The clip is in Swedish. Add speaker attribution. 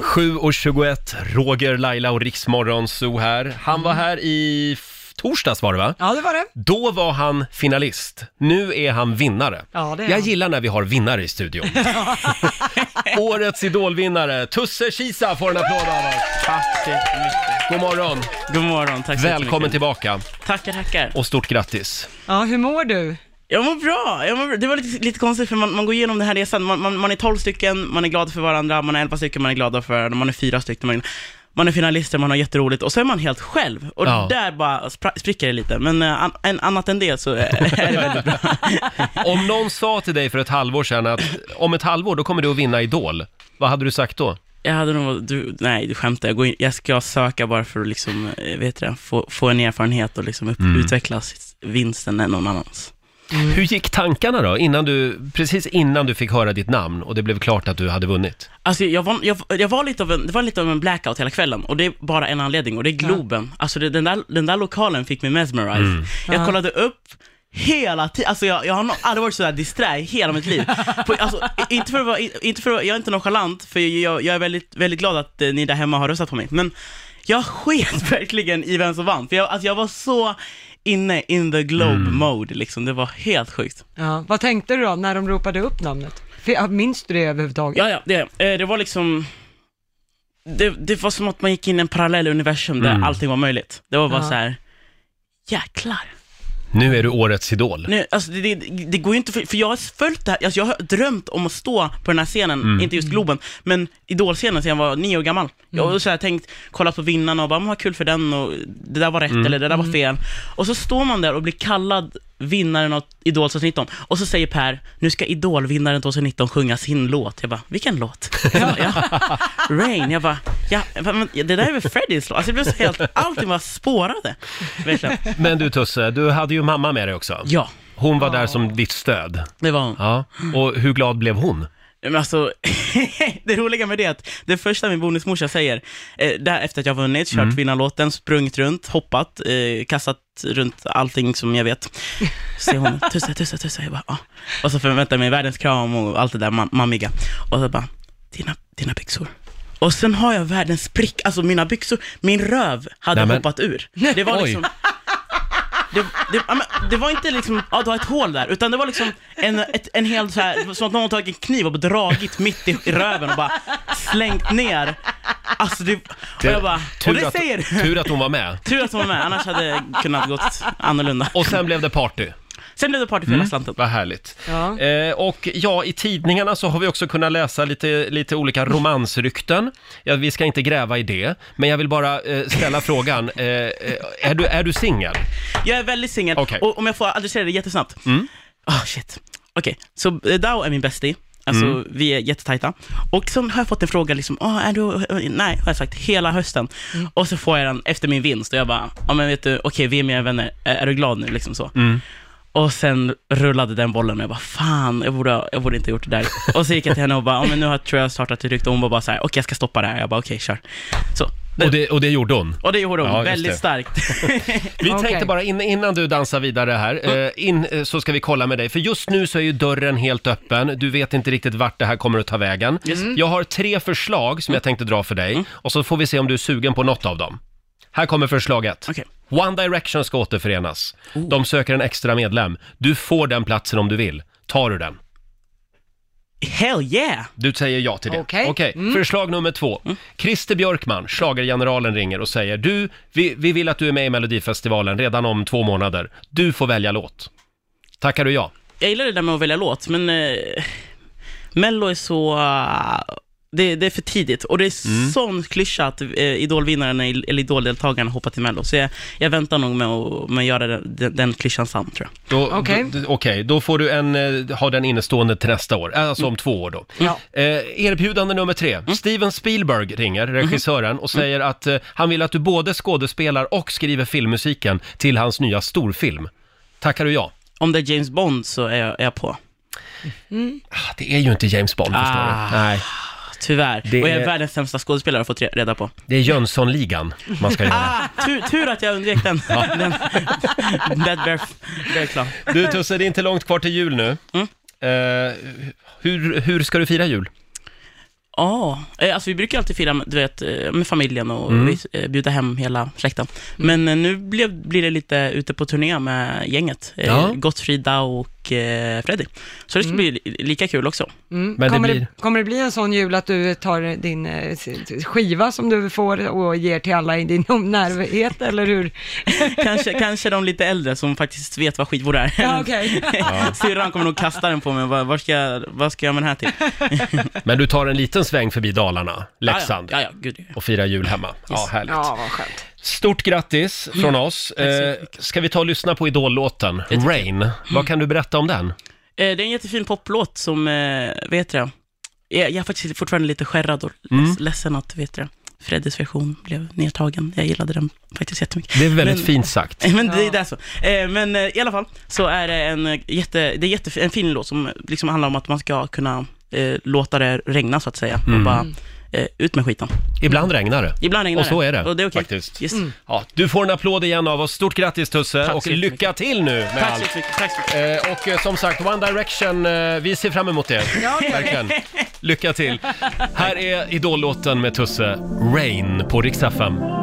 Speaker 1: 7.21, Roger, Laila och Riksmorgon Zoo här. Han var här i f- torsdags var det va?
Speaker 2: Ja, det var det.
Speaker 1: Då var han finalist. Nu är han vinnare.
Speaker 2: Ja, det är
Speaker 1: Jag
Speaker 2: han.
Speaker 1: gillar när vi har vinnare i studion. Årets idolvinnare, Tusse Kisa får en applåd av oss.
Speaker 3: Tack så mycket.
Speaker 1: God morgon,
Speaker 3: God morgon, tack så
Speaker 1: välkommen
Speaker 3: jättemycket.
Speaker 1: tillbaka
Speaker 3: Tackar, tackar.
Speaker 1: och stort grattis.
Speaker 2: Ja, hur mår du?
Speaker 3: Jag mår bra, jag mår bra. Det var lite, lite konstigt för man, man går igenom den här resan, man, man, man är 12 stycken, man är glad för varandra, man är 11 stycken, man är glada för varandra, man är fyra stycken, man, man är finalister, man har jätteroligt och så är man helt själv. Och
Speaker 1: Ja.
Speaker 3: där bara spra- spricker det lite, men eh, an, en, annat än det så eh, är det väldigt bra.
Speaker 1: Om någon sa till dig för ett halvår sedan att om ett halvår då kommer du att vinna Idol, vad hade du sagt då?
Speaker 3: Jag hade nog, du, nej du skämtar, jag, går in, jag ska söka bara för att liksom, eh, vet du det, få, få en erfarenhet och liksom upp,
Speaker 1: Mm.
Speaker 3: utveckla sitt- vinsten än någon annans.
Speaker 1: Hur gick tankarna då, innan du, precis innan du fick höra ditt namn och det blev klart att du hade vunnit?
Speaker 3: Alltså jag var, jag, jag var lite av en, det var lite av en blackout hela kvällen och det är bara en anledning och det är Globen. Alltså det, den, där, den där lokalen fick mig mesmerized. Jag kollade upp hela tiden, alltså jag, jag har nog aldrig varit sådär disträ i hela mitt liv. På, alltså, inte för att vara, inte för att, vara- jag är inte nonchalant, för jag, jag är väldigt, väldigt glad att eh, ni där hemma har röstat på mig, men jag sket verkligen i vem som vann, för jag, alltså jag var så inne in the globe mode liksom, det var helt sjukt.
Speaker 2: Ja, vad tänkte du då när de ropade upp namnet? För, ja, minns du det överhuvudtaget?
Speaker 3: Ja, ja, det, eh, det var liksom... Det, det var som att man gick in i en parallell universum där
Speaker 1: Mm.
Speaker 3: allting var möjligt. Det var bara
Speaker 2: Ja.
Speaker 3: så här. jäklar.
Speaker 1: Nu är du årets Idol.
Speaker 3: Nu, alltså det, det, det går ju inte, för, för jag har följt det här, alltså jag har drömt om att stå på den här scenen, inte just Globen, men Idol-scenen sedan jag var nio år gammal. Jag har så här tänkt, kollat på vinnarna och bara, "Men vad kul för den och det där var rätt eller det där var fel. Och så står man där och blir kallad vinnaren av Idol 2019 och så säger Per, nu ska Idol-vinnaren 2019 sjunga sin låt. Jag bara, vilken låt? Jag bara, ja. Rain, jag bara, ja, men det där är väl Freddys låt? Alltså det blev så helt, allting bara spårade. Verkligen.
Speaker 1: Men du Tusse, du hade ju mamma med dig också.
Speaker 3: Ja,
Speaker 1: Hon var där som ditt stöd.
Speaker 3: det var hon.
Speaker 1: Ja. Och hur glad blev hon?
Speaker 3: Men alltså, det roliga med det är att det första min bonusmorsa säger, eh, där efter att jag vunnit, kört
Speaker 1: Mm.
Speaker 3: vinnarlåten, sprungit runt, hoppat, eh, kastat runt allting som jag vet, så säger hon tussa, tussa, tussa. Jag bara, ah. Och så förväntar jag mig världens kram och allt det där ma- mammiga. Och så bara, dina, dina byxor. Och sen har jag världens sprick, alltså mina byxor, min röv hade
Speaker 1: Nej, men-
Speaker 3: hoppat ur. Det var
Speaker 1: Oj.
Speaker 3: liksom, det, det, ja, men det var inte liksom, ja du har ett hål där, utan det var liksom en, ett, en hel så här, som att någon tagit en kniv och dragit mitt i röven och bara slängt ner. Alltså det, och jag bara, och det
Speaker 1: att,
Speaker 3: säger du.
Speaker 1: tur att hon var med.
Speaker 3: Tur att hon var med, annars hade det kunnat gått annorlunda.
Speaker 1: Och Mm. sen blev det party.
Speaker 3: Sen blev det party för hela slanten.
Speaker 1: Vad härligt.
Speaker 2: Ja.
Speaker 1: Eh, och ja, i tidningarna så har vi också kunnat läsa lite, lite olika romansrykten. Ja, vi ska inte gräva i det, men jag vill bara eh, ställa frågan. Eh, eh, är du, är du singel?
Speaker 3: Jag är väldigt singel,
Speaker 1: Okej. Mm.
Speaker 3: och om jag får adressera det jättesnabbt. Ah shit. Okej, så eh, Dao är min bästie. Alltså
Speaker 1: Mm.
Speaker 3: vi är jättetajta. Och så har jag fått en fråga liksom, ah är du, nej, har jag sagt, hela hösten.
Speaker 1: Mm.
Speaker 3: Och så får jag den efter min vinst och jag bara, ja men vet du, okej vi är mina vänner, är, är du glad nu liksom så?
Speaker 1: Mm.
Speaker 3: Och sen rullade den bollen och jag bara, fan, jag borde, jag borde inte ha gjort det där. Och så gick jag till henne och bara, ja men nu har, tror jag jag startat ett rykte, och hon var bara så här, okej jag ska stoppa det här. Jag bara, okej kör. Så.
Speaker 1: Och det, och det gjorde hon.
Speaker 3: Och det gjorde hon,
Speaker 1: Ja, just
Speaker 3: väldigt
Speaker 1: det.
Speaker 3: starkt.
Speaker 1: Vi
Speaker 2: Okej.
Speaker 1: tänkte bara in, innan du dansar vidare här, eh, in, eh, så ska vi kolla med dig. För just nu så är ju dörren helt öppen. Du vet inte riktigt vart det här kommer att ta vägen. Jag har tre förslag som jag tänkte dra för dig. Och så får vi se om du är sugen på något av dem. Här kommer förslaget.
Speaker 3: Okej.
Speaker 1: One Direction ska återförenas. De söker en extra medlem. Du får den platsen om du vill. Tar du den?
Speaker 3: Hell yeah!
Speaker 1: Du säger ja till det.
Speaker 2: Okej. Mm.
Speaker 1: Förslag nummer två. Christer Björkman, schlagergeneralen, ringer och säger du, vi, vi vill att du är med i Melodifestivalen redan om två månader. Du får välja låt. Tackar du ja?
Speaker 3: jag gillar det där med att välja låt, men eh, Mello är så... eh, det, det är för tidigt och det är sån klyscha att eh, idolvinnaren eller idoldeltagaren hoppar till Mello. Så jag, jag väntar nog med att med att göra den, den, den klyschan sann tror jag.
Speaker 1: Då,
Speaker 2: Okej.
Speaker 1: då, okej, då får du en, eh, ha den innestående till nästa år, alltså om två år då.
Speaker 2: Ja.
Speaker 1: Eh, erbjudande nummer tre. Steven Spielberg ringer, regissören, och säger att eh, han vill att du både skådespelar och skriver filmmusiken till hans nya storfilm. Tackar du ja?
Speaker 3: Om det är James Bond så är jag, är jag på.
Speaker 1: Ah, Det är ju inte James Bond,
Speaker 3: Ah.
Speaker 1: förstår du. Nej.
Speaker 3: Tyvärr.
Speaker 1: Det
Speaker 3: och jag är
Speaker 1: är-
Speaker 3: världens sämsta skådespelare har jag fått re- reda på.
Speaker 1: Det är Jönssonligan man ska göra.
Speaker 3: Ah, tur, tur att jag undvek den. den that bear, bear claw.
Speaker 1: Du Tusse, det är
Speaker 3: Mm.
Speaker 1: inte långt kvar till jul nu. Eh, hur, hur ska du fira jul?
Speaker 3: Ja, eh, alltså vi brukar alltid fira med, du vet, eh, med familjen och
Speaker 1: Mm.
Speaker 3: vi, eh, bjuda hem hela släkten. Men eh, nu blev, blir det lite ute på turné med gänget. Eh,
Speaker 1: Ja. Mm.
Speaker 3: Gottfrida och eh, Freddy. Så det ska bli li- lika kul också.
Speaker 2: Mm.
Speaker 1: Men det
Speaker 2: kommer,
Speaker 1: blir-
Speaker 2: kommer det bli en sån jul att du tar din eh, s- s- skiva som du får och ger till alla i din närhet, eller hur?
Speaker 3: Kanske, kanske de lite äldre som faktiskt vet vad skivor är.
Speaker 2: Ja, okej.
Speaker 3: Syrran kommer nog kasta den på mig. Vad, vad, ska, jag- vad ska jag med den här till?
Speaker 1: Men du tar en liten sväng förbi Dalarna, Leksand,
Speaker 3: Ah, Ja, ja, ja, gud.
Speaker 1: och firar jul hemma. Ja, härligt.
Speaker 2: Ja, vad skönt.
Speaker 1: Stort grattis
Speaker 3: Mm.
Speaker 1: från oss. Eh, ska vi ta och lyssna på Idol-låten, Rain?
Speaker 3: Mm.
Speaker 1: Vad kan du berätta om den?
Speaker 3: Eh, Det är en jättefin poplåt som, eh, vet du det? jag, jag är faktiskt fortfarande lite skärrad och leds-
Speaker 1: Mm.
Speaker 3: ledsen att, vet du det, Freddys version blev nedtagen. Jag gillade den faktiskt jättemycket.
Speaker 1: Det är väldigt
Speaker 3: Men-
Speaker 1: fint sagt.
Speaker 3: Men det, det är så. Eh, Men eh, i alla fall så är det en eh, jätte, det är jätte, en fin låt som liksom handlar om att man ska kunna eh, låta det regna så att säga.
Speaker 1: Mm.
Speaker 3: Och bara, eh, ut med skiten.
Speaker 1: Ibland regnar det.
Speaker 3: Ibland regnar
Speaker 1: Och så är det,
Speaker 3: Och det är okej.
Speaker 1: faktiskt.
Speaker 3: Yes.
Speaker 1: Ja, du får en applåd igen av oss. Stort grattis Tusse
Speaker 3: Tack så
Speaker 1: och
Speaker 3: jättemycket.
Speaker 1: lycka till nu med
Speaker 3: Tack så
Speaker 1: allt.
Speaker 3: mycket. Tack så mycket.
Speaker 1: Eh, och eh, som sagt, One Direction, eh, vi ser fram emot det. Verkligen. Lycka till. Här är Idol-låten med Tusse, Rain, på Rix FM.